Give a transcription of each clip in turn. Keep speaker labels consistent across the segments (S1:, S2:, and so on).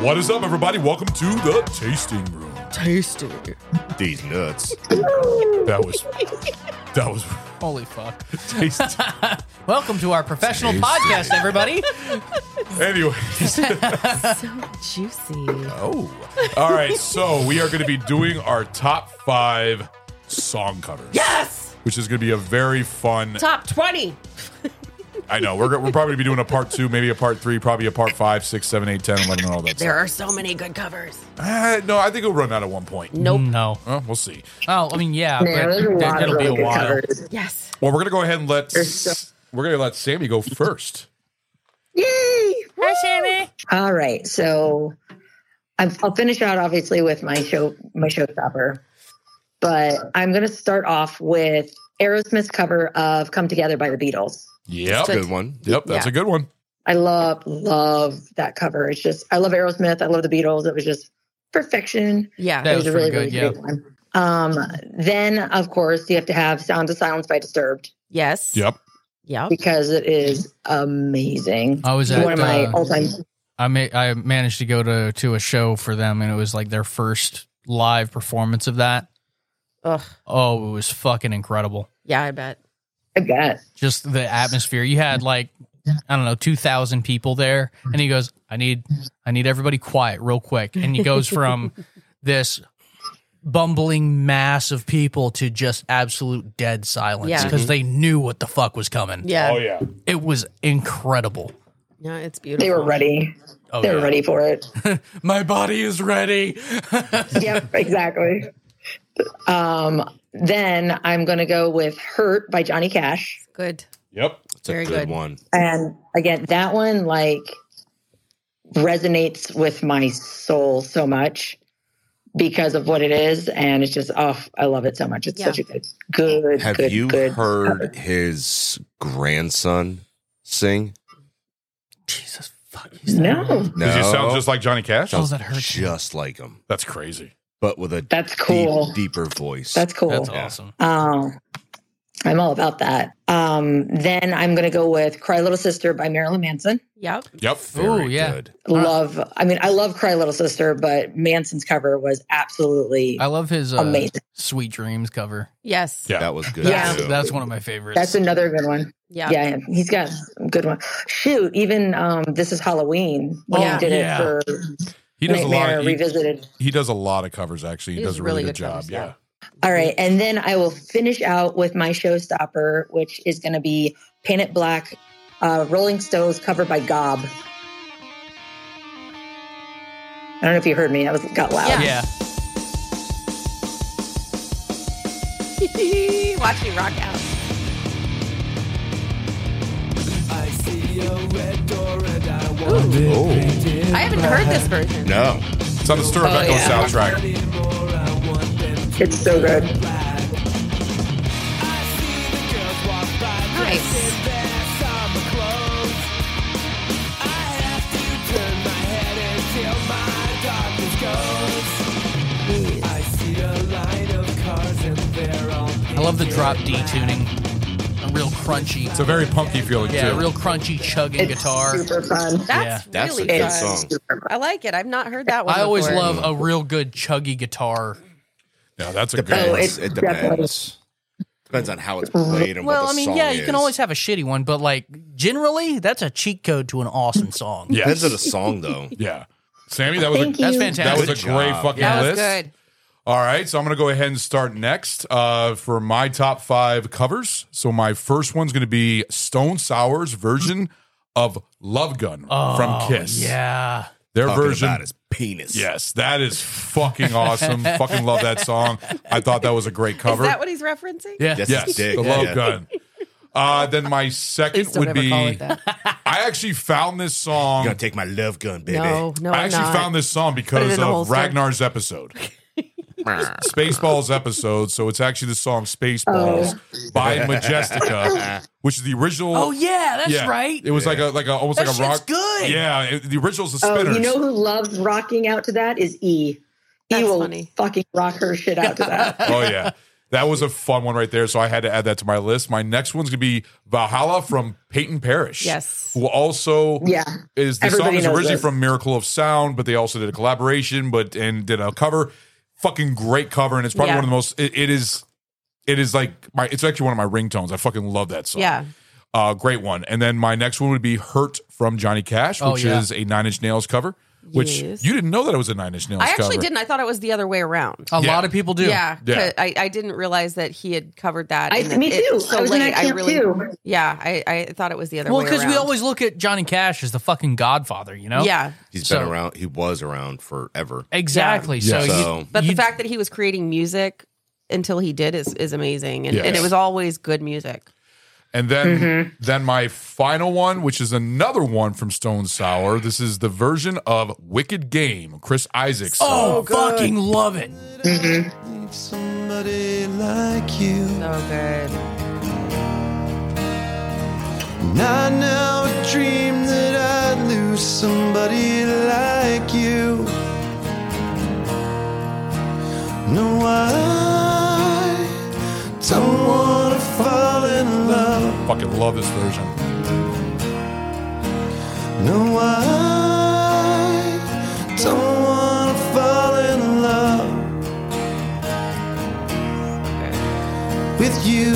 S1: What is up, everybody? Welcome to the tasting room.
S2: Tasty.
S3: These nuts.
S1: That was that was
S4: Holy fuck.
S1: taste.
S4: Welcome to our professional
S3: Tasty.
S4: podcast, everybody.
S1: Anyways,
S2: Juicy.
S1: oh, all right. So we are going to be doing our top five song covers.
S2: Yes!
S1: Which is going to be a very fun
S2: Top 20.
S1: I know. We're, we're probably be doing a part two, maybe a part three, probably a part five, six, seven, eight, ten, eleven, and all that
S2: There
S1: stuff.
S2: are so many good covers.
S1: Uh, no, I think it'll run out at one point.
S2: Nope.
S5: No.
S1: Uh, we'll see.
S5: Oh, I mean, yeah,
S6: Man, there's a
S5: but
S6: lot
S5: that,
S6: of
S5: will be
S6: really
S5: a
S6: good
S5: while.
S6: covers.
S2: Yes.
S1: Well, we're gonna go ahead and let
S6: There's so-
S1: we're gonna let Sammy go first.
S6: Yay! All right, so I've, I'll finish out obviously with my show my showstopper, but I'm going to start off with Aerosmith's cover of "Come Together" by the Beatles.
S1: Yep.
S3: Good one.
S1: Yep. That's
S2: Yeah.
S1: a good one.
S6: I love love that cover. It's just I love Aerosmith. I love the Beatles. It was just perfection.
S2: Yeah.
S5: That
S6: It
S5: was
S6: was a
S5: pretty
S6: really
S5: good.
S6: really
S5: Yeah.
S6: great one. Um, then of course you have to have "Sounds of Silence" by Disturbed
S2: Yes.
S1: Yep.
S2: Yep.
S6: because it is amazing.
S5: I was at.
S6: One of my
S5: uh,
S6: all time
S5: I ma- I managed to go to to a show for them, and it was like their first live performance of that.
S2: Ugh.
S5: Oh, it was fucking incredible.
S2: Yeah, I bet.
S6: I guess.
S5: Just the atmosphere. You had like I don't know, two thousand people there, and he goes, "I need, I need everybody quiet, real quick." And he goes from this bumbling mass of people to just absolute dead silence
S2: Yeah.
S5: because they knew what the fuck was coming.
S2: Yeah.
S1: Oh, yeah.
S5: It was incredible.
S2: Yeah, it's beautiful.
S6: They were ready.
S5: Oh,
S6: they were
S5: yeah.
S6: ready for it.
S5: My body is ready.
S6: yep, exactly. Um, then I'm going to go with Hurt by Johnny Cash.
S2: Good.
S1: Yep.
S3: It's a
S2: Very good.
S3: good, one.
S6: And again, that one like resonates with my soul so much because of what it is. And it's just, oh, I love it so much. It's
S2: Yeah.
S6: such a good, good,
S3: Have
S6: good,
S3: you
S6: good.
S3: heard his grandson sing?
S5: Jesus fuck. he's that old.
S6: No,
S3: No.
S1: Does he sound just like Johnny Cash?
S5: Oh, that hurts.
S3: just like him,
S1: That's crazy.
S3: but with a
S6: that's cool.
S3: deep, deeper voice.
S6: That's cool.
S5: That's
S3: Yeah.
S5: awesome.
S6: Um, I'm all about that. Um, then I'm going to go with Cry Little Sister by Marilyn Manson.
S2: Yep.
S1: Yep.
S3: Very
S5: Ooh, yeah.
S3: good.
S1: Uh,
S6: love i mean i love cry little sister but manson's cover was absolutely
S5: I love his uh,
S6: amazing
S5: Sweet Dreams cover.
S2: Yes.
S1: Yeah.
S3: That was good.
S6: Yeah.
S5: That's,
S3: too.
S5: that's one of my favorites.
S6: that's another good one
S2: Yeah.
S6: yeah. he's got a good one shoot even um this is halloween when
S2: Oh,
S6: he did
S5: yeah.
S6: it for
S1: He does a lot.
S6: nightmare
S1: Of, he,
S6: revisited
S1: he does a lot of covers. Actually, he
S2: He
S1: does a really, good, job.
S2: covers,
S1: yeah.
S6: all right and then i will finish out with my showstopper which is going to be paint it black uh rolling stones covered by gob i don't know if you heard me that was got loud
S2: Yeah.
S5: yeah.
S2: Watch me rock out.
S7: I see a red door and I want it
S3: Oh
S2: I haven't heard this version.
S3: no!
S1: It's on the Stir Echo
S6: yeah.
S1: soundtrack.
S7: anymore. I want them
S6: it's so good
S7: black. I see the girls walk by dressed in their summer clothes. I have to turn my head until my darkness goes. I see a line of cars and they're all
S5: I love the drop D tuning. A real crunchy.
S1: It's a very punky feeling
S5: yeah,
S1: too.
S5: a real crunchy chugging
S6: it's
S5: guitar.
S6: super fun
S2: That's
S5: Yeah.
S3: That's
S2: really
S3: a good
S2: good.
S6: it's
S3: song.
S6: super
S2: I like it. I've not heard that one.
S5: I always
S2: before.
S5: love a real good chuggy guitar.
S1: yeah, that's a good.
S6: Oh,
S1: one.
S6: it's
S3: Depends. it
S6: definitely-
S3: depends. Depends on how it's played and
S5: Well,
S3: what
S5: I
S3: the
S5: mean,
S3: song
S5: yeah, you can
S3: is.
S5: always have a shitty one, but like generally, that's a cheat code to an awesome song.
S1: Yes.
S3: Depends on the song though.
S1: Yeah. Sammy, that was a,
S6: Thank you.
S5: That's
S1: that
S5: fantastic.
S1: was a
S3: Good
S1: great
S3: job.
S1: fucking
S2: That was
S1: list.
S2: good.
S1: All right, so I'm going to go ahead and start next uh, for my top five covers. So my first one's going to be Stone Sour's version of "Love Gun"
S5: Oh,
S1: from Kiss.
S3: Oh,
S5: Yeah.
S1: their
S3: Talking
S1: version
S3: about is penis.
S1: Yes, that is fucking awesome. fucking love that song. I thought that was a great cover.
S2: Is that what he's referencing?
S5: Yeah.
S3: That's
S1: yes,
S3: his dick.
S1: the love
S3: Yeah.
S1: gun. Uh, then my
S2: Please
S1: second
S2: don't
S1: would
S2: ever
S1: be.
S2: call it that.
S1: I actually found this song.
S3: You gonna take my love gun, baby.
S2: No, no,
S1: I
S2: I'm
S1: actually
S2: not.
S1: found this song
S2: Put it
S1: because
S2: in a
S1: of
S2: holster.
S1: Ragnar's episode, Spaceballs episode. So it's actually the song Spaceballs
S6: Oh.
S1: by Majestica, which is the original.
S5: Oh yeah, that's
S1: Yeah.
S5: right.
S1: It was like a like a almost
S5: That
S1: like a
S5: shit's
S1: rock.
S5: good.
S1: Yeah, it- the original's the
S6: Oh,
S1: spinners.
S6: you know who loves rocking out to that is E.
S2: That's
S6: e will
S2: funny.
S6: fucking rock her shit out to that.
S1: oh yeah. That was a fun one right there. So I had to add that to my list. My next one's gonna be Valhalla from Peyton Parrish.
S2: Yes.
S1: Who also
S6: Yeah.
S1: is the
S6: Everybody
S1: song is
S6: knows
S1: originally
S6: this.
S1: from Miracle of Sound, but they also did a collaboration, but and did a cover. Fucking great cover, and it's probably
S2: Yeah.
S1: one of the most it- it is it is like my it's actually one of my ringtones. I fucking love that song.
S2: Yeah.
S1: Uh, great one. And then my next one would be Hurt from Johnny Cash,
S5: Oh,
S1: which
S5: yeah.
S1: is a Nine Inch Nails cover. Which
S2: Yes.
S1: you didn't know that it was a Nine Inch Nails
S2: I actually
S1: cover.
S2: didn't. I thought it was the other way around.
S5: A
S1: Yeah.
S5: lot of people do.
S2: Yeah, 'cause
S1: Yeah.
S2: I, I didn't realize that he had covered that.
S6: I,
S2: and that
S6: me
S2: it-
S6: too.
S2: so
S6: I was in
S2: late,
S6: that camp
S2: really,
S6: too.
S2: Yeah, I, I thought it was the other
S5: Well,
S2: way
S5: because we
S2: around.
S5: always look at Johnny Cash as the fucking Godfather, you know.
S2: Yeah,
S3: He's
S5: So-
S3: been around. He was around forever.
S5: Exactly.
S1: Yeah.
S5: So,
S1: Yeah.
S5: you-
S3: So-
S2: but the
S5: you-
S2: fact that he was creating music until he did is, is amazing, and, and
S1: Yes.
S2: it was always good music.
S1: And then
S5: Mm-hmm.
S1: then my final one, which is another one from Stone Sour. This is the version of Wicked Game, Chris Isaacs.
S5: oh,
S1: song.
S5: fucking love it.
S7: Somebody like you.
S2: So good.
S7: And I now dream that I'd lose somebody like you. No, I don't want to fall in love.
S1: fucking love this version.
S7: No, I don't want to fall in love with you.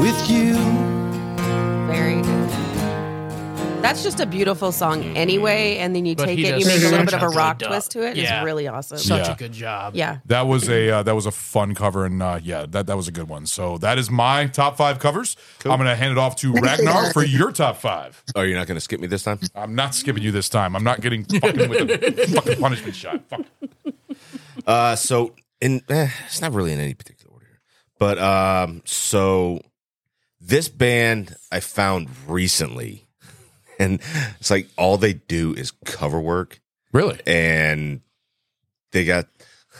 S7: with you.
S2: Very good. That's just a beautiful song anyway, and then you
S5: But
S2: take
S5: he
S2: it, and you
S5: does
S2: make a little bit of a
S5: such a
S2: rock
S5: good
S2: twist
S5: job.
S2: to it.
S5: Yeah.
S2: It's really awesome.
S5: Such
S1: Yeah.
S5: a good job.
S2: yeah.
S1: That was a uh, that was a fun cover, and uh, yeah, that that was a good one. So that is my top five covers. I'm gonna hand it off to Ragnar for your top five.
S3: Oh, you're not gonna skip me this time?
S1: I'm not skipping you this time. I'm not getting fucking with the fucking punishment shot. Fuck.
S3: Uh, so in eh, it's not really in any particular order, but um, so this band I found recently, and it's like all they do is cover work,
S1: Really?
S3: and they got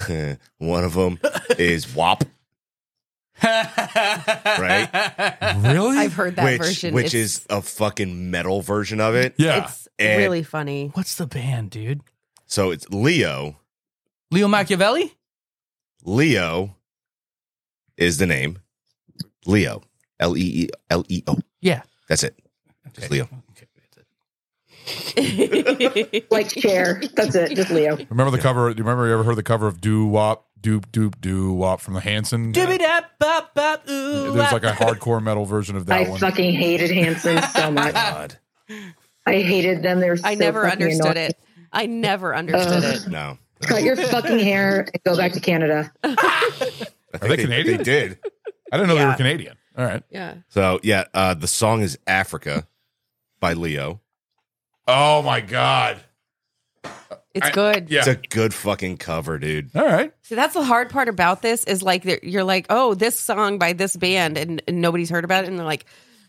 S3: one of them is WAP, right?
S1: Really?
S2: I've heard that
S3: which
S2: version,
S3: which
S2: It's-
S3: is a fucking metal version of it.
S1: yeah.
S2: it's
S3: And-
S2: really funny.
S5: What's the band, dude?
S3: So it's Leo.
S5: Leo Machiavelli?
S3: Leo is the name. Leo. L E E L E O.
S5: Yeah.
S3: That's it. Just Leo.
S6: Like chair. That's it. Just Leo.
S1: Remember the cover? Do you remember you ever heard the cover of Doo Wop, Doop Doop Doo Wop from the Hanson?
S5: Dibby dap bop bop ooh.
S1: There's like a
S5: wah.
S1: hardcore metal version of that
S6: I
S1: one.
S6: fucking hated Hanson so much.
S3: God.
S6: I hated them. They were so
S2: I never
S6: fucking
S2: understood
S6: annoying.
S2: it. I never understood
S6: Ugh.
S2: it.
S3: No.
S6: Cut your fucking hair and go back to Canada.
S3: I
S1: they Canadian?
S3: They did.
S1: I didn't know they were
S2: Yeah.
S1: Canadian. All right.
S2: Yeah.
S3: So yeah, uh, the song is Africa by Leo.
S1: Oh my god.
S2: It's
S1: I-
S2: good.
S1: Yeah.
S3: It's a good fucking cover, dude.
S1: All right.
S2: See, that's the hard part about this is like that you're like, oh, this song by this band, and, and nobody's heard about it, and they're like,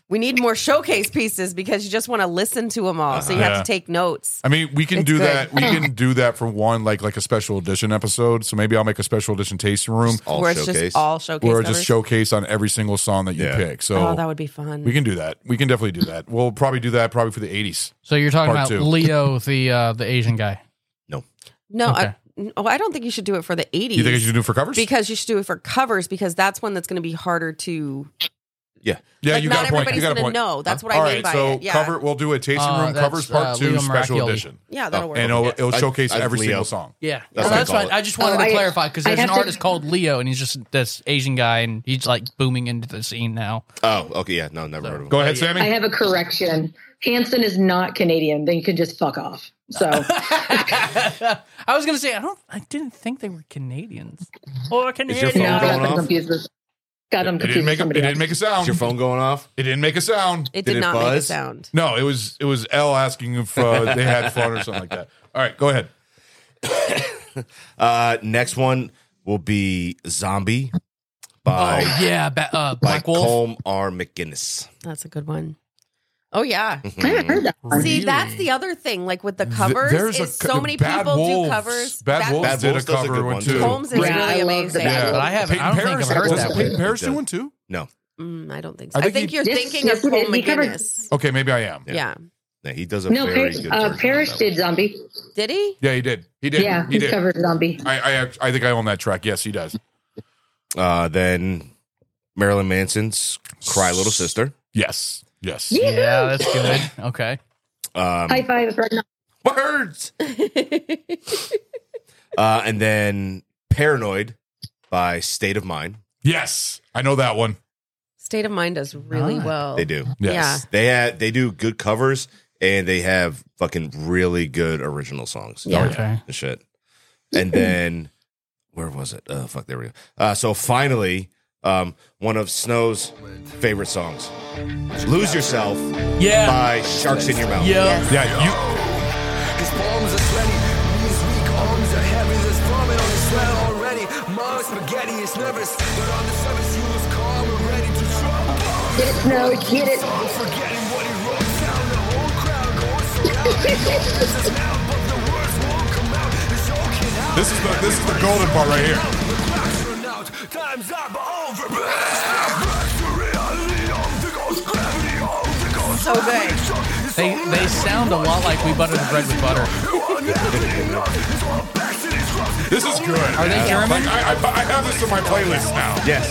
S2: we need more showcase pieces because you just want to listen to them all, so you
S1: Yeah.
S2: have to take notes.
S1: I mean, we can
S2: It's
S1: do
S2: good.
S1: that. We can do that for one, like like a special edition episode. So maybe I'll make a special edition tasting room
S3: All
S2: where it's
S3: showcase.
S2: just all showcase.
S1: where I
S2: covers.
S1: just showcase on every single song that you
S3: Yeah.
S1: pick. So
S2: Oh, that would be fun.
S1: we can do that. We can definitely do that. We'll probably do that probably for the eighties.
S5: So you're talking
S1: Part
S5: about
S1: two.
S5: Leo, the uh, the Asian guy.
S2: no,
S5: Okay.
S2: I, no, I don't think you should do it for the '80s.
S1: You think I should do it for covers?
S2: because you should do it for covers because that's one that's going to be harder to.
S1: yeah,
S2: like,
S1: you
S2: not
S1: got a point. You
S2: everybody's
S1: got a
S2: gonna
S1: point.
S2: know. That's what I
S1: All
S2: mean
S1: right,
S2: by
S1: so
S2: it. Yeah.
S1: cover. We'll do a tasting
S5: Uh,
S1: room
S5: that's,
S1: covers part
S5: uh,
S1: two
S5: Leo
S1: special
S5: Maracchioli.
S1: edition,
S2: Yeah, that'll work.
S1: Oh, and it'll, it'll
S3: I-
S1: showcase
S3: I-
S1: every
S3: Leo.
S1: single song.
S5: Yeah, that's,
S3: That's what I
S5: that's
S3: call
S5: fine.
S3: it.
S5: I just wanted
S6: Oh,
S5: to
S6: I-
S5: clarify because
S6: I
S5: there's an
S6: have to-
S5: artist called Leo, and he's just this Asian guy, and he's like booming into the scene now.
S3: Oh, okay, yeah, no, never heard of him.
S1: Go ahead,
S6: I
S1: Sammy.
S6: have a correction. Hanson is not Canadian. Then you can just fuck off. So
S5: I was gonna say I don't, I didn't think they were Canadians. Or
S3: your
S5: Canadians.
S3: phone
S6: now I
S3: going
S6: got them
S3: off?
S6: confused with Got him
S1: It didn't make
S6: confused. with
S1: a, it
S6: somebody
S1: didn't
S6: else.
S1: make a
S3: Is
S1: sound.
S3: your phone going off?
S1: It didn't make a sound.
S2: It
S3: Did
S2: did,
S3: it
S2: not make a
S3: buzz?
S2: sound.
S1: No, it was it was L asking if uh, they had fun or something like that. All right, go ahead.
S3: Uh, next one will be Zombie by,
S5: oh yeah, ba- uh,
S3: by
S5: Black Wolf.
S3: Colm R. McGinnis.
S2: That's a good one. Oh yeah.
S6: I haven't heard that one.
S5: Really?
S2: See, that's the other thing. Like with the covers,
S1: There's a
S2: is
S1: co-
S2: so many
S1: Bad
S2: people
S1: Wolves.
S2: do covers.
S1: Bad
S2: That-
S1: Wolves
S3: Bad
S1: did
S3: Wolves
S1: a
S3: does a
S1: cover
S3: good
S1: one
S3: one,
S1: too.
S3: too.
S2: Holmes is
S6: Yeah, I
S2: really
S6: love the
S2: amazing.
S6: Bad
S1: Yeah.
S5: But I haven't. I don't
S1: Paris,
S5: think I've heard
S1: doesn't
S5: that. one.
S1: Peyton Paris do one too?
S3: No,
S2: Mm, I don't think
S1: I
S2: so. I
S1: think
S2: think,
S1: he-
S2: you're
S6: Yes,
S2: thinking
S6: yes,
S2: of
S6: he
S2: Paul
S6: did. He covered-
S2: McGinnis.
S1: Okay, maybe I am.
S3: Yeah.
S2: Yeah.
S3: no, he does a
S6: No,
S3: very
S6: Parrish,
S3: good version
S6: uh,
S3: of
S6: Parrish
S3: that
S6: did
S3: one.
S6: zombie.
S2: Did he?
S1: Yeah, he did. He did.
S6: Yeah,
S1: he
S6: he
S1: did.
S6: covered zombie.
S1: I, I act- I think I own that track. Yes, he does.
S3: Uh, then Marilyn Manson's Cry Little Sister.
S1: Yes. Yes.
S6: Yeah.
S5: Yeah, that's good. Okay.
S3: Um,
S6: High five right now.
S3: words. uh, and then Paranoid by State of Mind.
S1: Yes. I know that one.
S2: State of Mind does really
S5: Ah.
S2: well.
S3: They do.
S1: Yes.
S3: They had they do good covers and they have fucking really good original songs.
S2: Yeah.
S5: Okay.
S3: and shit. And then where was it? Oh fuck, there we go. Uh, so finally, um, one of Snow's favorite songs, "Lose Yourself"
S5: Yeah.
S3: by Sharks in Your Mouth.
S5: Yeah.
S1: Yeah.
S2: Yes.
S1: you
S7: His palms are sweaty, knees weak, arms are heavy. There's vomit on his sweat already. Mom's spaghetti is nervous, but on the surface he was calm and ready to trouble.
S6: Get it, no, get it.
S7: Forgetting what he wrote down, the whole crowd goes so loud. He opens his mouth, but the words won't come out. He's choking out.
S1: This is the this is the golden part right here.
S7: The clock's run out. Time's up. Over. Back to reality. On the ghost gravity. On the ghost
S2: So good.
S5: They they sound a lot like we butter the bread with butter.
S1: This is good. Are
S5: they German?
S1: Like, I, I, I have this in my playlist now
S3: Yes,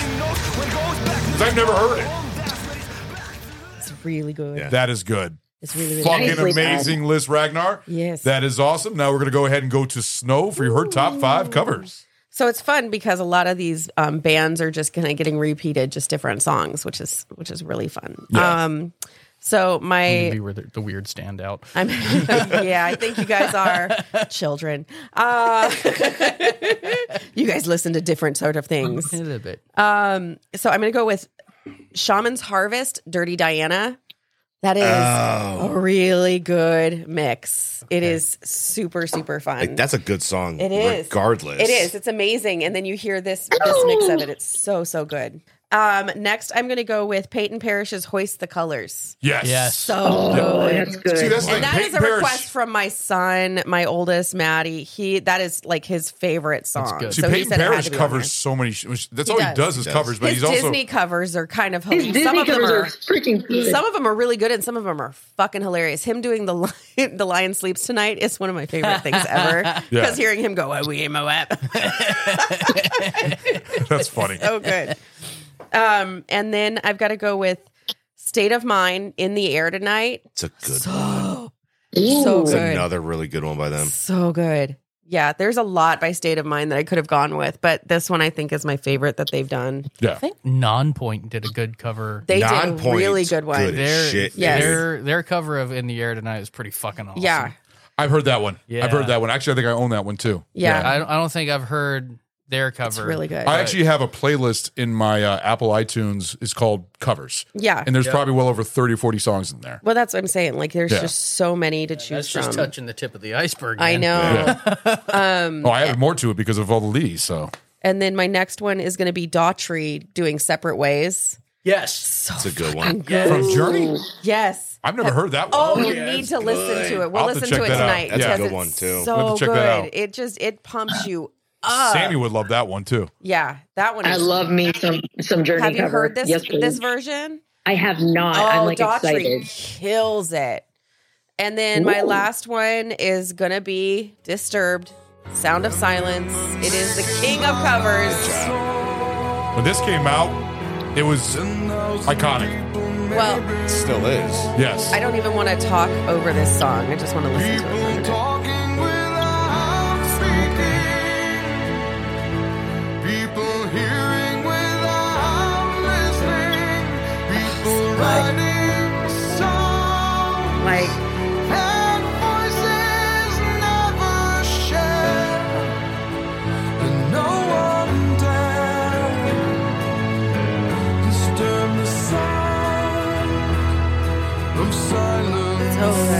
S1: because I've never heard it.
S2: It's really good.
S3: Yeah.
S1: That is good.
S2: It's really, really
S1: Fucking
S2: good.
S6: Nicely done.
S1: amazing, Liz Ragnar.
S2: Yes.
S1: That is awesome. Now we're going to go ahead and go to Snow for her top five covers.
S2: So it's fun because a lot of these um, bands are just kind of getting repeated, just different songs, which is which is really fun. Um, so my
S5: Maybe we're the, the weird standout.
S2: I'm, yeah, I think you guys are children. Uh, you guys listen to different sort of things.
S5: A little bit.
S2: Um, so I'm going to go with Shaman's Harvest, Dirty Diana. That is
S3: Oh.
S2: a really good mix. It is super super fun.
S3: like, that's a good song.
S2: It is.
S3: regardless.
S2: It is. It's amazing. And then you hear this this mix of it. It's so so good. Um, next, I'm going to go with Peyton Parrish's "Hoist the Colors."
S1: Yes.
S5: Yes.
S2: So
S6: Oh,
S2: good.
S6: that's good.
S1: See, that's like
S2: And that is
S1: Peyton
S2: a
S1: Parrish.
S2: request from my son, my oldest, Maddie. He that is like his favorite song.
S5: good.
S1: See,
S2: So he
S1: Peyton
S2: said it had
S1: Parrish
S2: to be on
S1: covers so many. Sh- which- that's
S2: He
S1: all he
S2: does.
S1: does is
S3: He does.
S1: covers,
S2: there.
S1: but
S2: His
S1: heis also
S2: Disney covers are kind of
S6: His
S2: hilarious. Some
S6: Disney
S2: of them
S6: covers are
S2: are.
S6: freaking good.
S2: Some of them are really good, and some of them are fucking hilarious. Him doing the lion, the lion sleeps tonight is one of my favorite things ever. Because
S1: Yeah.
S2: hearing him go, "Oh, we ain't my app,"
S1: that's funny.
S2: so good. Um, and then I've got to go with "State of Mind" in the air tonight.
S3: It's a good.
S2: So
S6: Ooh.
S2: so
S3: It's
S2: good.
S3: another really good one by them.
S2: So good. Yeah, there's a lot by State of Mind that I could have gone with, but this one I think is my favorite that they've done.
S5: I think Nonpoint did a good cover.
S2: They did a
S3: Non-point,
S2: really good one.
S3: good.
S5: Their
S3: Shit,
S2: Yes.
S5: their their cover of In the Air Tonight is pretty fucking awesome.
S2: Yeah.
S1: I've heard that one.
S5: Yeah.
S1: I've heard that one. Actually, I think I own that one too.
S2: Yeah.
S5: I don't, I don't think I've heard their cover.
S2: It's really good.
S1: I actually have a playlist in my uh, Apple iTunes. It's called Covers.
S2: yeah.
S1: And there's probably well over 30 or 40 songs in there.
S2: well, that's what I'm saying. Like, there's
S1: Yeah.
S2: just so many to choose
S5: That's
S2: from.
S5: just touching the tip of the iceberg.
S2: Um, I
S5: man.
S2: know. Mm.
S1: Oh, I added more to it because of all the Lees. So
S2: And then my next one is going to be Daughtry doing Separate Ways.
S5: Yes.
S2: So
S3: It's a good one.
S2: good.
S1: from Journey,
S2: Yes.
S1: I've never heard that one.
S2: Oh, you need to listen to it. We'll
S1: I'll have to
S2: listen
S1: check
S2: to it
S1: that out.
S2: tonight.
S1: That's a
S2: because
S3: good
S2: it's
S3: one, too.
S2: So
S1: We'll have to check
S2: good.
S1: that out.
S2: It just it pumps you up.
S1: Sammy would love that one too.
S2: Yeah, that one.
S6: I
S2: is-
S6: love me some some journey
S2: Have you
S6: cover.
S2: heard this
S6: Yes, please.
S2: this version?
S6: I have not.
S2: oh,
S6: I'm like
S2: Daughtry
S6: excited.
S2: kills it. And then my
S6: Ooh.
S2: last one is gonna be Disturbed. Sound of Silence. It is the king of covers.
S1: When this came out, it was iconic.
S2: Well,
S3: It still is.
S1: Yes.
S2: I don't even want to talk over this song. I just want to listen to it. for a minute.
S7: Talking without speaking. People hearing without listening. People writing songs.
S2: Like,
S7: that voices never share. And no one dares.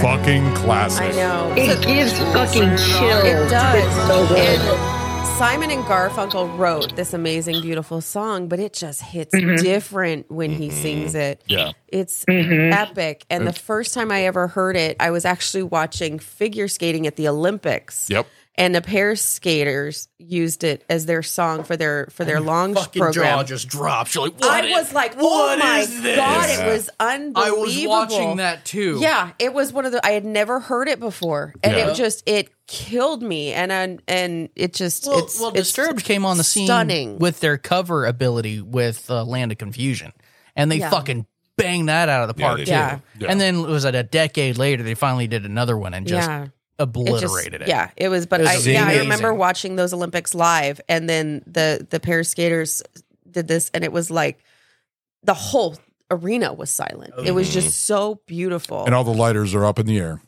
S1: Fucking classic.
S2: I know.
S6: It gives fucking chills.
S2: It
S6: It's so
S2: does.
S6: good.
S2: And Simon and Garfunkel wrote this amazing, beautiful song, but it just hits
S6: Mm-hmm.
S2: different when he sings it.
S1: Yeah.
S2: It's
S1: Mm-hmm.
S2: epic. And the first time I ever heard it, I was actually watching figure skating at the Olympics.
S1: Yep.
S2: And the pair skaters used it as their song for their for their long
S5: fucking
S2: program.
S5: jaw just drops. You're like, what?
S2: I
S5: is-
S2: was like, oh
S5: what
S2: my
S5: is this?
S2: god, it was
S5: I
S2: unbelievable.
S5: was watching that too.
S2: Yeah, it was one of the I had never heard it before, and
S1: Yeah.
S2: it just it killed me, and and, and it just
S5: Well,
S2: it's,
S5: well
S2: it's
S5: Disturbed came on the scene
S2: stunning.
S5: with their cover ability with uh, Land of Confusion, and they
S2: Yeah.
S5: fucking banged that out of the
S3: Yeah,
S5: park
S3: they
S5: too.
S3: did.
S2: Yeah.
S1: Yeah.
S5: And then it was at a decade later they finally did another one and just
S2: yeah, it just-
S5: obliterated it.
S2: Yeah, it was. But
S5: It was
S2: I, yeah, I
S5: amazing.
S2: remember watching those Olympics live, and then the the pair of skaters did this, and it was like the whole arena was silent. It was just
S5: Mm-hmm.
S2: so beautiful.
S1: And all the lighters are up in the air.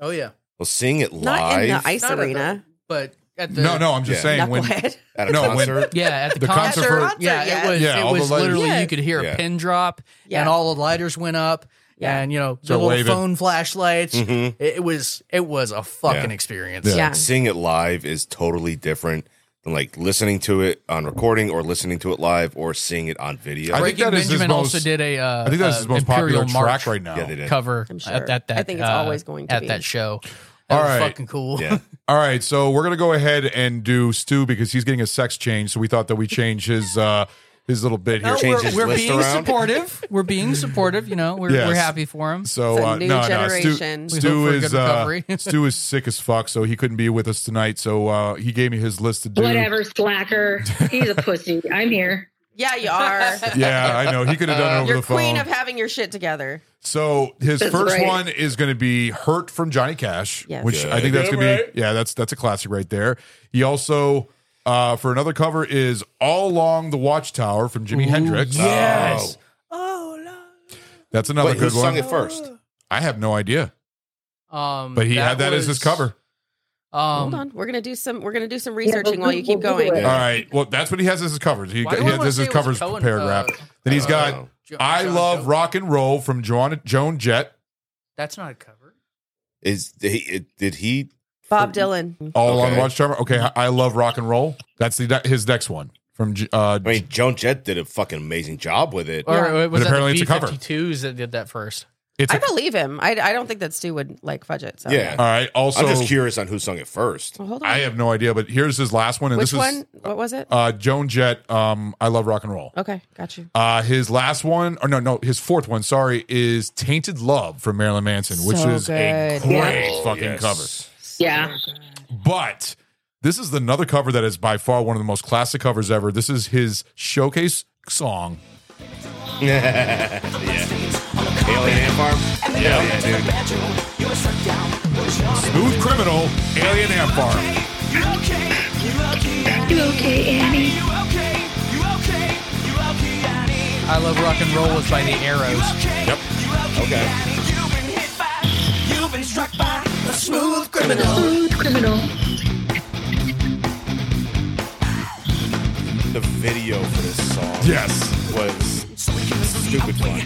S5: Oh yeah.
S3: Well, seeing it live
S2: Not in the ice
S5: Not at the-
S2: arena,
S5: But at the
S1: No, no, I'm just
S3: Yeah.
S1: saying when
S2: knucklehead.
S3: at a
S1: No, when-
S3: concert.
S5: Yeah, at the,
S1: The
S5: concert.
S1: concert for-
S5: Yeah,
S2: Yeah.
S5: it was.
S1: Yeah, all
S5: it was
S1: the lighters-
S5: literally
S2: Yeah.
S5: you could hear
S3: Yeah.
S5: a pin drop,
S2: Yeah.
S5: and all the lighters went up,
S2: Yeah.
S5: and you know the
S1: Start
S5: little
S1: waving. Mm-hmm.
S5: phone flashlights.
S3: Mhm.
S5: It, it was it was a fucking
S3: Yeah.
S5: experience.
S1: Yeah.
S2: yeah.
S3: Seeing it live is totally different than like listening to it on recording or listening to it live or seeing it on video.
S1: I think
S5: Breaking
S1: that is his
S5: Benjamin
S1: most-
S5: also did a. Uh,
S1: I think that's
S5: uh,
S1: his most
S5: Imperial
S1: popular
S5: March
S1: track right now.
S3: yeah, they did.
S5: Cover
S2: I'm sure.
S5: at, at that.
S2: I think it's
S5: uh,
S2: always going to
S5: at
S2: be.
S5: that show. That
S1: All
S5: was
S1: right.
S5: fucking cool.
S3: Yeah.
S1: All right, so we're gonna go ahead and do Stu because he's getting a sex change. So we thought that we change his uh his little bit here.
S3: No, Change his
S5: we're
S3: list
S5: being
S3: around.
S5: supportive. We're being supportive. You know, we're
S1: Yes.
S5: we're happy for him.
S1: So
S2: It's a
S1: uh,
S2: new
S1: no, no,
S2: generation.
S1: Stu,
S5: We
S1: Stu
S5: hope for a
S1: is
S5: good
S1: uh,
S5: recovery.
S1: Stu is sick as fuck, so he couldn't be with us tonight. So uh, he gave me his list to do.
S6: Whatever, slacker. He's a pussy. I'm here.
S2: Yeah, you are
S1: Yeah, I know he could have done it over
S2: You're
S1: the phone.
S2: queen of having your shit together.
S1: So his
S6: That's
S1: first
S6: right.
S1: one is going to be "Hurt" from Johnny Cash,
S2: Yes.
S1: which I think that's going to be yeah, that's that's a classic right there. He also uh, for another cover is "All Along the Watchtower" from Jimi Hendrix. Oh.
S5: yes.
S1: That's another
S3: Wait, who
S1: good
S3: sung
S1: one.
S3: it first?
S1: I have no idea,
S5: Um,
S1: but he had that as his
S5: was-
S1: cover.
S5: Um,
S2: Hold on, we're gonna do some. We're gonna do some researching while you
S6: we'll
S2: keep
S6: Google it.
S2: going.
S1: All right, well that's what he has as his covers. He, he
S5: Why do I
S1: has
S5: wanna
S1: this
S5: say
S1: as
S5: it was
S1: his covers
S5: Cohen-
S1: paragraph.
S5: uh,
S1: then he's got
S3: Oh.
S5: Jo-
S1: "I
S5: John
S1: Love
S5: Jones.
S1: Rock and Roll" from Joan Joan Jett.
S5: That's not a cover.
S3: Is he, it, did he?
S2: Bob Dylan.
S1: All along the
S3: Okay.
S1: Watchtower. Okay, I love rock and roll. That's the his next one from J- uh,
S3: I mean, Joan Jett did a fucking amazing job with it.
S5: Or
S2: Yeah.
S5: was
S1: But
S5: that
S1: apparently
S5: the
S1: it's a cover.
S5: B-52s that did that first?
S1: it's
S2: I
S1: a
S2: believe him. I, I don't think that Stu would like fudge it. So.
S3: Yeah.
S1: All right. Also,
S3: I'm just curious on who sung it first.
S2: Well, hold on.
S1: I have no idea, but here's his last one, and
S2: Which
S1: this
S2: one? Oh.
S1: is
S2: what was it?
S1: uh, Joan Jett. Um, I love rock and roll.
S2: okay, got you.
S1: Uh, his last one, or no, no, his fourth one. Sorry, is "Tainted Love" from Marilyn Manson, which
S2: So
S1: is a
S2: good.
S1: great
S3: Oh,
S1: fucking
S3: yes.
S1: cover.
S6: Yeah.
S1: But this is another cover that is by far one of the most classic covers ever. This is his showcase song.
S3: Alien Ant Farm.
S1: Yeah, smooth criminal, alien ant farm.
S6: You okay, Annie?
S5: I Love Rock and Roll was by the Arrows.
S1: Yep.
S3: Okay.
S6: criminal.
S3: The video for this song
S1: Yes.
S3: was stupid fun.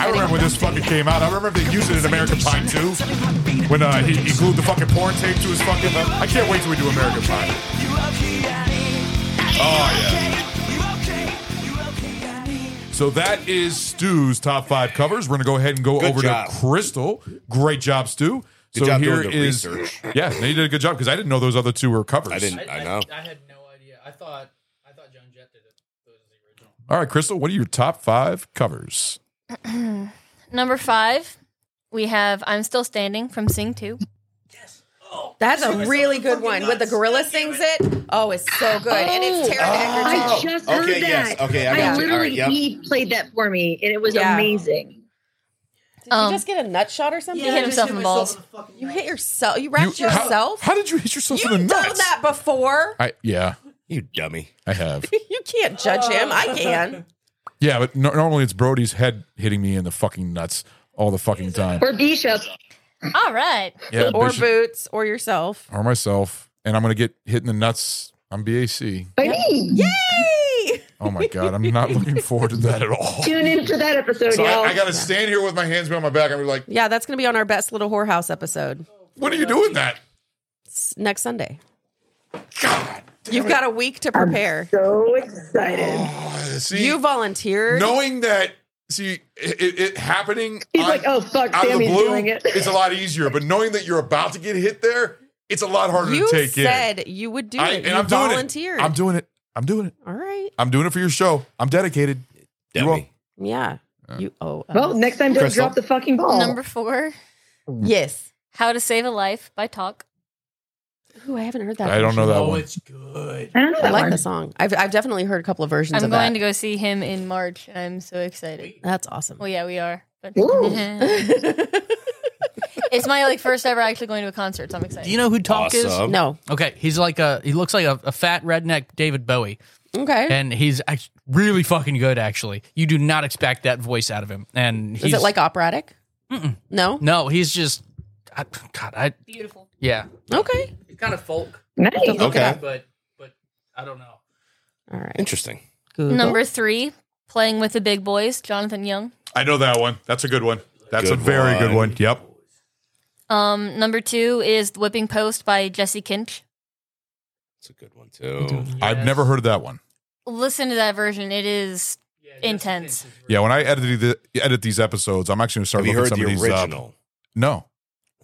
S1: I remember when this fucking came out. I remember they used it in American Pie too. When uh, he, he glued the fucking porn tape to his fucking. I can't wait till we do American Pie. Oh yeah. So that is Stu's top five covers. We're gonna go ahead and go
S3: Good
S1: over
S3: job.
S1: to Crystal. Great job, Stu. so
S3: job
S1: here
S3: doing the
S1: is
S3: research.
S1: yeah, they did a good job because I didn't know those other two were covers.
S3: I didn't. I know.
S5: I had no idea. I thought I thought John Jett did it.
S1: All right, Crystal, what are your top five covers?
S8: Number five, we have I'm Still Standing from Sing 2.
S2: That's a really good one. When the gorilla sings it, oh, it's so good, and it's
S1: Ah.
S2: pterodactyl.
S6: I just
S3: okay,
S6: heard that.
S3: yes, okay, I
S6: I,
S3: got you. All
S6: literally
S3: right, yep.
S6: he played that for me, and it was
S2: Yeah.
S6: amazing.
S2: Did you just get a nut shot or something?
S8: Um, He hit himself in the balls.
S2: You hit yourself. You wrapped
S1: You- how-
S2: yourself.
S1: How, did you hit yourself
S2: You've
S1: in the
S2: done
S1: nuts?
S2: that before.
S1: I yeah,
S3: You dummy.
S1: I have.
S2: You can't judge him. I can.
S1: Yeah, but no- normally it's Brody's head hitting me in the fucking nuts all the fucking time.
S6: Or Bishop.
S8: All right.
S1: Yeah,
S2: Or
S1: Bishop-
S2: boots, or yourself.
S1: or myself, and I'm gonna get hit in the nuts. I'm BAC.
S6: By me.
S2: Yay!
S1: Oh my god, I'm not looking forward to that at all.
S6: Tune in for that episode,
S1: So
S6: y'all.
S1: I, I got to stand here with my hands behind my back. I'm like,
S2: Yeah, that's going to be on our best little whorehouse episode
S1: when are you doing that?
S2: It's next Sunday.
S1: God, damn
S2: You've
S1: it.
S2: got a week to prepare.
S6: so excited.
S1: see
S2: You volunteered.
S1: knowing that. See it, it, it happening.
S6: He's
S1: on-
S6: like, oh fuck,
S1: out of the
S6: Sammy's
S1: blue,
S6: doing it.
S1: it's a lot easier. But knowing that you're about to get hit there, it's a lot harder
S2: you
S1: to take in.
S2: said you would do it.
S1: I-
S2: you
S1: and I'm doing
S2: volunteered.
S1: it. I'm doing it. I'm doing it.
S2: All right.
S1: I'm doing it for your show. I'm dedicated.
S3: Demi.
S1: You won't-
S2: Yeah. You oh, owe. us.
S6: well, next time, don't
S3: Crystal?
S6: drop the fucking
S2: Oh.
S6: ball.
S8: Number four,
S2: yes.
S8: How to Save a Life by Talk.
S2: Ooh, I haven't heard that.
S1: I don't know that
S5: Oh,
S1: one.
S5: it's good.
S6: I don't know.
S2: I
S6: That
S2: like
S6: like
S2: the song. I've I've definitely heard a couple of versions
S8: I'm
S2: of
S8: going
S2: that.
S8: to go see him in March. I'm so excited.
S2: That's awesome.
S8: Well, yeah, we are. But
S6: Ooh.
S8: it's my like first ever actually going to a concert, so I'm excited.
S5: Do you know who Talk is?
S3: Awesome.
S2: no.
S5: Okay, he's like a he looks like a, a fat redneck David Bowie,
S2: Okay.
S5: and he's act- really fucking good. Actually, you do not expect that voice out of him. And he's,
S2: Is it like operatic? No.
S5: no? He's just I, God. I
S8: Beautiful.
S5: yeah.
S2: Okay.
S5: He's kind of folk,
S6: Nice.
S2: Look it
S3: Okay.
S5: but but I don't know.
S2: All right.
S3: Interesting.
S2: Google.
S8: Number three, Playing with the Big Boys, Jonathan Young.
S1: I know that one. That's a good one. That's
S3: Good
S1: a very good
S3: one.
S1: one. Yep.
S8: Um, number two is The Whipping Post by Jesse Kinch.
S3: It's a good one too.
S1: I've never heard of that one.
S8: Listen to that version. It is intense.
S1: Yeah, when I edit the, edit these episodes, I'm actually going to start
S3: Have
S1: looking
S3: you heard
S1: some
S3: the
S1: of these up.
S3: original?
S1: No,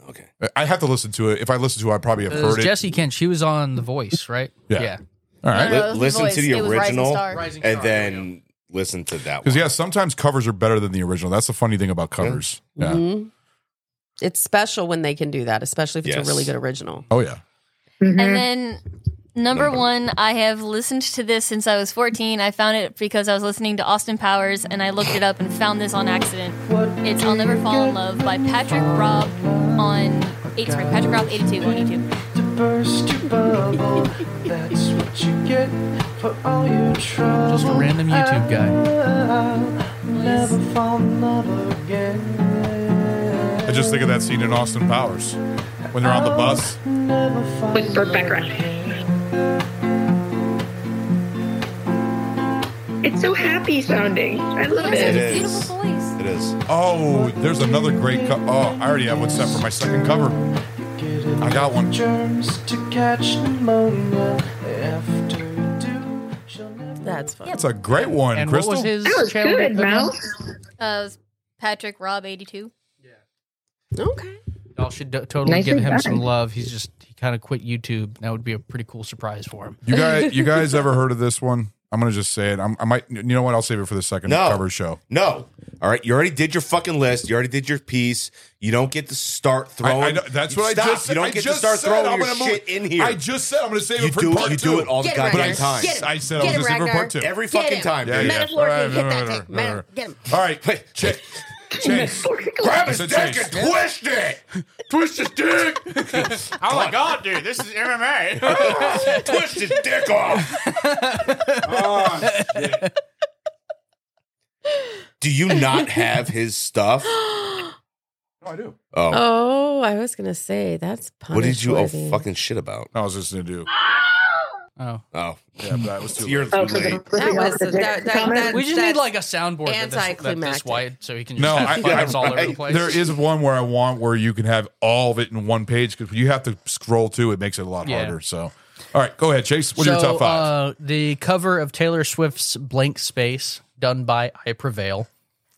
S3: Okay.
S1: I have to listen to it. If I listen to it, I probably have
S5: It
S1: heard
S5: was
S1: it.
S5: Uh, Jesse Kinch. She was on The Voice, right?
S1: Yeah. All
S8: No,
S1: right.
S3: Li-
S8: no, it was
S3: listen
S8: Voice.
S3: to the
S8: It was Rising
S3: original
S8: Star.
S5: Rising
S3: and
S5: Star, there you
S3: then listen to that one.
S1: Because yeah, sometimes covers are better than the original. That's the funny thing about covers. Yeah.
S2: Mhm. It's special when they can do that, especially if it's
S3: Yes.
S2: a really good original.
S1: Oh yeah.
S8: And then number one, I have listened to this since I was 14. I found it because I was listening to Austin Powers and I looked it up and found this on accident. It's I'll Never Fall in Love by Patrick Robb on eight, sorry, Patrick Robb 82 on YouTube.
S5: Just a random YouTube guy.
S1: I just think of that scene in Austin Powers when they're on the bus.
S6: With Burt Bacharach. It's so happy sounding. I love
S8: It's
S6: it.
S8: a
S3: is.
S8: beautiful voice.
S3: It is.
S1: Oh, there's another great cover. Oh, I already have one set for my second cover. I got one.
S2: That's fun.
S1: That's a great one,
S5: And
S1: Crystal.
S5: what was his
S6: That was
S5: channel?
S6: good, Mel.
S8: Uh, it was Patrick Robb 82.
S2: Okay.
S5: Y'all should do- totally
S6: Nicely
S5: give him some
S6: done.
S5: love. He's just he kind of quit YouTube. That would be a pretty cool surprise for him.
S1: you guys, you guys ever heard of this one? I'm gonna just say it. I'm, I might. You know what? I'll save it for the second
S3: No.
S1: cover show.
S3: No. All right. You already did your fucking list. You already did your piece. You don't get to start
S1: I-
S3: throwing.
S1: I know- that's
S3: You
S1: what
S3: stop.
S1: I just.
S3: You don't
S1: I
S3: get to
S1: just
S3: start
S1: said
S3: throwing
S1: I'm
S3: your
S1: gonna move-
S3: shit in here.
S1: I just said I'm gonna save
S3: you
S1: it for
S3: do.
S1: part
S3: You
S1: two.
S3: do it all the
S2: Get it right
S3: goddamn
S2: there.
S3: time.
S2: Get it.
S1: I said I
S2: Get
S1: was
S2: it,
S1: gonna save it for
S2: Ragnar.
S1: part two.
S3: Every fucking
S2: it.
S3: time.
S1: Yeah,
S3: dude.
S1: yeah.
S2: Metaphorically,
S1: All
S2: hit that dick. Meta- get him.
S1: All right, Chase. Chase. Grab his dick and twist it. Twist his dick. oh my god, dude, this is MMA. twist his dick off. Oh, shit.
S3: Do you not have his stuff? Oh.
S1: No, I do.
S2: Oh, I was gonna say that's
S3: what did you oh
S2: punishworthy.
S3: fucking shit about?
S1: I was just gonna do.
S5: Oh,
S3: Oh,
S1: Yeah, but that was too.
S3: you're
S1: late.
S6: Oh, for the-
S3: late.
S6: for the-
S2: That was-
S6: the dick
S2: that- that-
S6: comment?
S2: that-
S5: we just
S2: That's
S5: need like a soundboard that this, that this
S2: anticlimactic.
S5: wide so he can just
S1: No,
S5: have
S1: I-
S5: buttons all over the
S3: right.
S5: place.
S1: There is one where I want where you can have all of it in one page because you have to scroll too. It makes it a lot
S5: Yeah.
S1: harder. So, all right, go ahead, Chase. What are your
S5: So,
S1: top five?
S5: Uh, the cover of Taylor Swift's "Blank Space" done by I Prevail.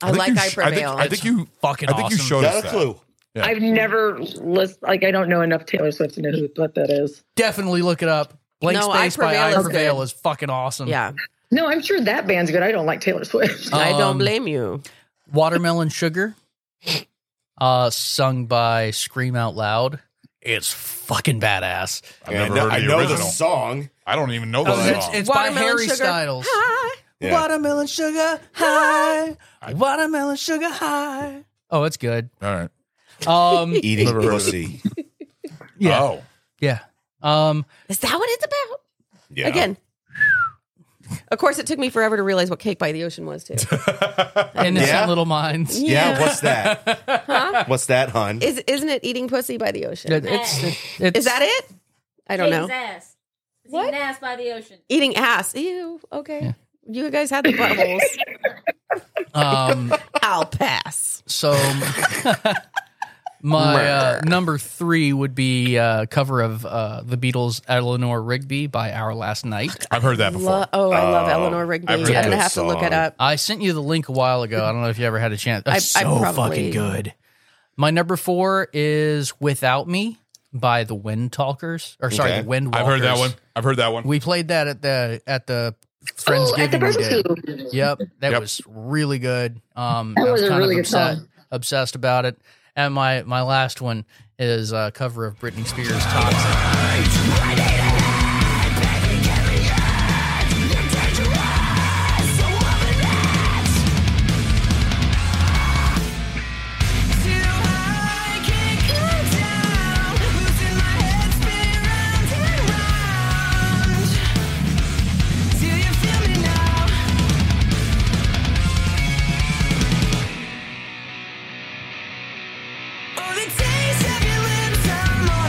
S2: I, like
S1: you
S2: I
S1: sh- I
S2: prevail.
S1: think, I think you
S5: fucking
S1: I think you
S5: awesome.
S1: showed us
S3: Got a
S1: that.
S3: clue.
S1: Yeah.
S6: I've never list like I don't know enough Taylor Swift to know who, what that is.
S5: Definitely look it up. "Blank
S2: No, I
S5: Space" by
S2: Prevail
S5: I
S2: is
S5: Prevail
S2: good.
S5: is fucking awesome.
S2: yeah,
S6: No, I'm sure that band's good. I don't like Taylor Swift.
S2: I
S5: Um,
S2: don't blame you.
S5: Watermelon Sugar, uh, sung by Scream Out Loud. It's fucking badass.
S1: I've
S3: Yeah, I
S1: never
S3: know,
S1: heard
S3: I
S1: of the
S3: know
S1: original.
S3: the song.
S1: I don't even know the
S5: Oh, it's
S1: song.
S5: it's by
S2: Watermelon
S5: Harry
S2: Sugar.
S5: Styles.
S3: Yeah.
S5: Watermelon Sugar High. Watermelon Sugar High. Oh, it's good.
S1: all right.
S5: Um,
S3: Eating
S1: Never heard of
S3: pussy.
S5: yeah,
S1: Oh,
S5: yeah. Um,
S2: Is that what it's about?
S3: Yeah.
S2: Again. Of course, it took me forever to realize what Cake by the Ocean was too.
S1: Oh.
S5: Innocent
S3: Yeah.
S5: Little Minds.
S3: Yeah. What's that? What's that, hun?
S2: Is isn't it eating pussy by the ocean?
S5: It- it's, it- it's,
S2: Is that it? I don't know.
S8: ass.
S2: What?
S8: ass by the ocean.
S2: Eating ass. Ew. Okay. You guys had the bubbles.
S5: Um,
S2: I'll pass.
S5: so my uh, number three would be uh, cover of uh, the Beatles' "Eleanor Rigby" by Our Last Night.
S1: I've heard that before.
S2: Lo- oh, I love Eleanor Rigby.
S3: I've
S2: I'm
S3: heard
S2: gonna
S3: that
S2: have to look it
S3: song.
S2: up.
S5: I sent you the link a while ago. I don't know if you ever had a chance. That's
S2: I- I
S5: so
S2: probably-
S5: fucking good. My number four is "Without Me" by the Wind Talkers, or sorry,
S3: Okay.
S5: the Wind.
S1: I've heard that
S5: Walkers.
S1: one. I've heard that one.
S5: We played that at the at the
S6: Oh, at the
S5: Friendsgiving we
S6: Breakfast
S5: did.
S6: Club.
S5: Yep, that
S1: Yep.
S5: was really good. Um,
S6: That
S5: I
S6: was a really good
S5: obsessed,
S6: song.
S5: obsessed about it. And my my last one is a cover of Britney Spears' "Toxic."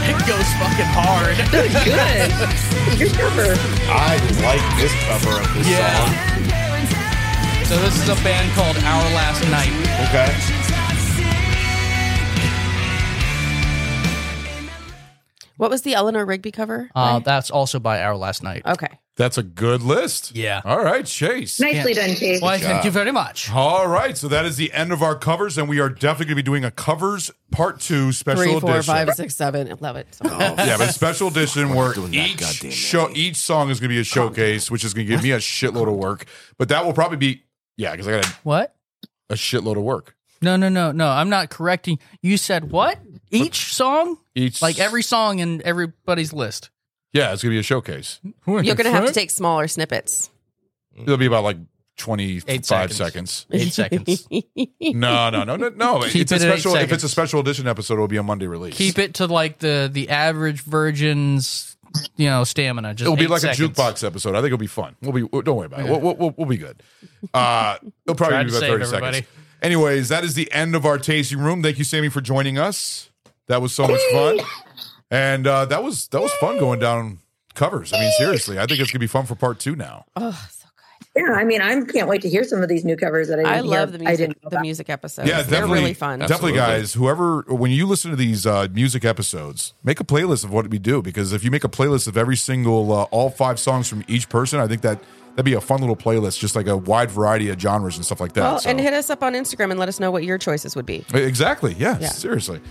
S5: It goes fucking hard.
S6: Good. Good cover.
S3: I like this cover of this
S5: Yeah.
S3: song.
S5: So this is a band called Our Last Night.
S3: Okay.
S2: What was the Eleanor Rigby cover?
S5: Uh, that's also by Our Last Night.
S2: okay.
S1: That's a good list.
S5: Yeah.
S1: All right, Chase.
S6: Nicely done, Chase.
S5: Why? Thank you very much.
S1: All right, so that is the end of our covers, and we are definitely going to be doing a covers part two special
S2: Three, four,
S1: edition.
S2: five, six, seven. I love it. So much.
S1: Yeah, but special edition where
S3: doing that
S1: each
S3: goddamn
S1: show, each song is going to be a showcase, which is going to give me a shitload of work. But that will probably be yeah, because I got a,
S5: What?
S1: a shitload of work.
S5: No, no, no, no. I'm not correcting. You said what? Each song?
S1: Each
S5: Like every song in everybody's list.
S1: yeah, it's going to be a showcase.
S2: You're gonna have to take smaller snippets.
S1: It'll be about like
S5: Eight
S1: twenty-five
S5: seconds.
S1: seconds.
S5: Eight seconds.
S1: No, no, no, no, no.
S5: Keep
S1: it's a
S5: it at eight
S1: special. If it's a
S5: seconds.
S1: special edition episode, it'll be a Monday release.
S5: Keep it to like the the average virgin's you know stamina. Just
S1: It'll be
S5: eight
S1: like
S5: seconds.
S1: a jukebox episode. I think it'll be fun. We'll be. Don't worry about it. We'll, we'll, we'll, we'll be good. Uh, it'll probably
S5: Tried
S1: be
S5: to
S1: about
S5: save
S1: thirty
S5: everybody.
S1: seconds. Anyways, that is the end of our tasting room. Thank you, Sammy, for joining us. That was so much fun, and uh, that was that was fun going down covers. I mean, seriously, I think it's gonna be fun for part two now.
S2: Oh, so good.
S6: Yeah, I mean, I can't wait to hear some of these new covers that I didn't
S2: I love
S6: hear-
S2: the
S6: I
S2: music.
S6: didn't know
S2: The
S6: about.
S2: music episodes.
S1: Yeah,
S2: They're
S1: definitely.
S2: really fun.
S1: Definitely,
S3: Absolutely.
S1: guys. Whoever, when you listen to these uh, music episodes, make a playlist of what we do because if you make a playlist of every single, uh, all five songs from each person, I think that that'd be a fun little playlist, just like a wide variety of genres and stuff like that.
S2: Well,
S1: so. E,
S2: and hit us up on Instagram and let us know what your choices would be.
S1: Exactly. Yes.
S2: Yeah.
S1: Seriously.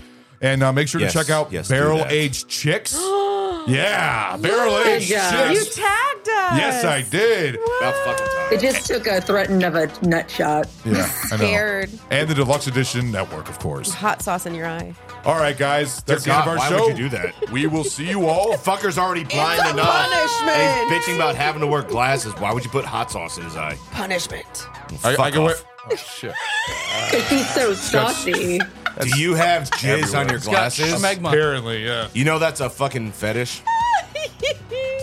S1: And uh, make sure
S3: Yes,
S1: to check out
S3: yes, do
S1: Barrel
S3: that.
S1: Aged Chicks. yeah, Barrel
S2: Oh
S1: Aged
S6: job.
S1: Chicks.
S2: tagged us.
S1: yes, I did.
S3: About fucking time.
S6: It just took a threaten of a nut shot.
S1: Yeah, I know.
S2: Scared.
S1: And the Deluxe Edition Network, of course.
S2: Hot sauce in your eye.
S1: All right, guys, that's the end of
S3: God,
S1: our
S3: why
S1: show.
S3: would you do that?
S1: We will see you all.
S3: Fucker's already blind
S2: It's a
S3: enough.
S2: punishment.
S3: And he's bitching about having to wear glasses. Why would you put hot sauce in his eye?
S2: Punishment.
S1: I, I
S3: Fuck
S1: can wear.
S3: off.
S1: Oh shit!
S6: Because he's so saucy.
S3: Do you have jizz on your glasses?
S5: Smegma.
S1: Apparently, yeah.
S3: You know that's a fucking fetish.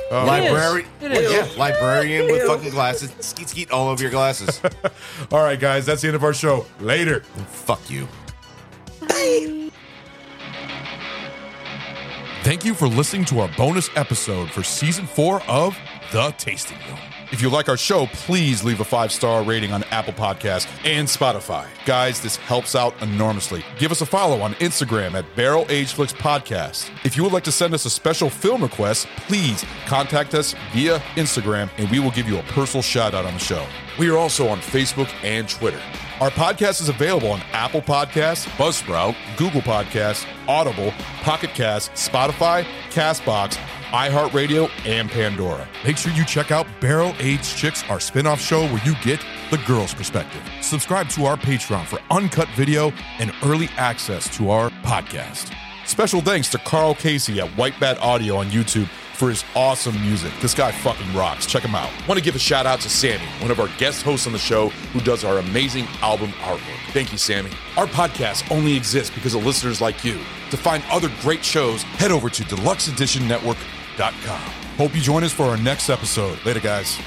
S3: Library, yeah, librarian with fucking glasses, skeet skeet all over your glasses.
S1: All right, guys, that's the end of our show. Later.
S3: Fuck you.
S1: Thank you for listening to our bonus episode for season four of The Tasting Room. If you like our show, please leave a five star rating on Apple Podcasts and Spotify. Guys, this helps out enormously. Give us a follow on Instagram at Barrel Age Flicks Podcast. If you would like to send us a special film request, please contact us via Instagram and we will give you a personal shout out on the show. We are also on Facebook and Twitter. Our podcast is available on Apple Podcasts, Buzzsprout, Google Podcasts, Audible, Pocket Cast, Spotify, Castbox, iHeartRadio, and Pandora. Make sure you check out Barrel Age Chicks, our spin-off show where you get the girl's perspective. Subscribe to our Patreon for uncut video and early access to our podcast. Special thanks to Carl Casey at White Bat Audio on YouTube for his awesome music. This guy fucking rocks. Check him out. Want to give a shout out to Sammy, one of our guest hosts on the show who does our amazing album artwork. Thank you, Sammy. Our podcast only exists because of listeners like you. To find other great shows, head over to deluxeeditionnetwork.com. Hope you join us for our next episode. Later, guys.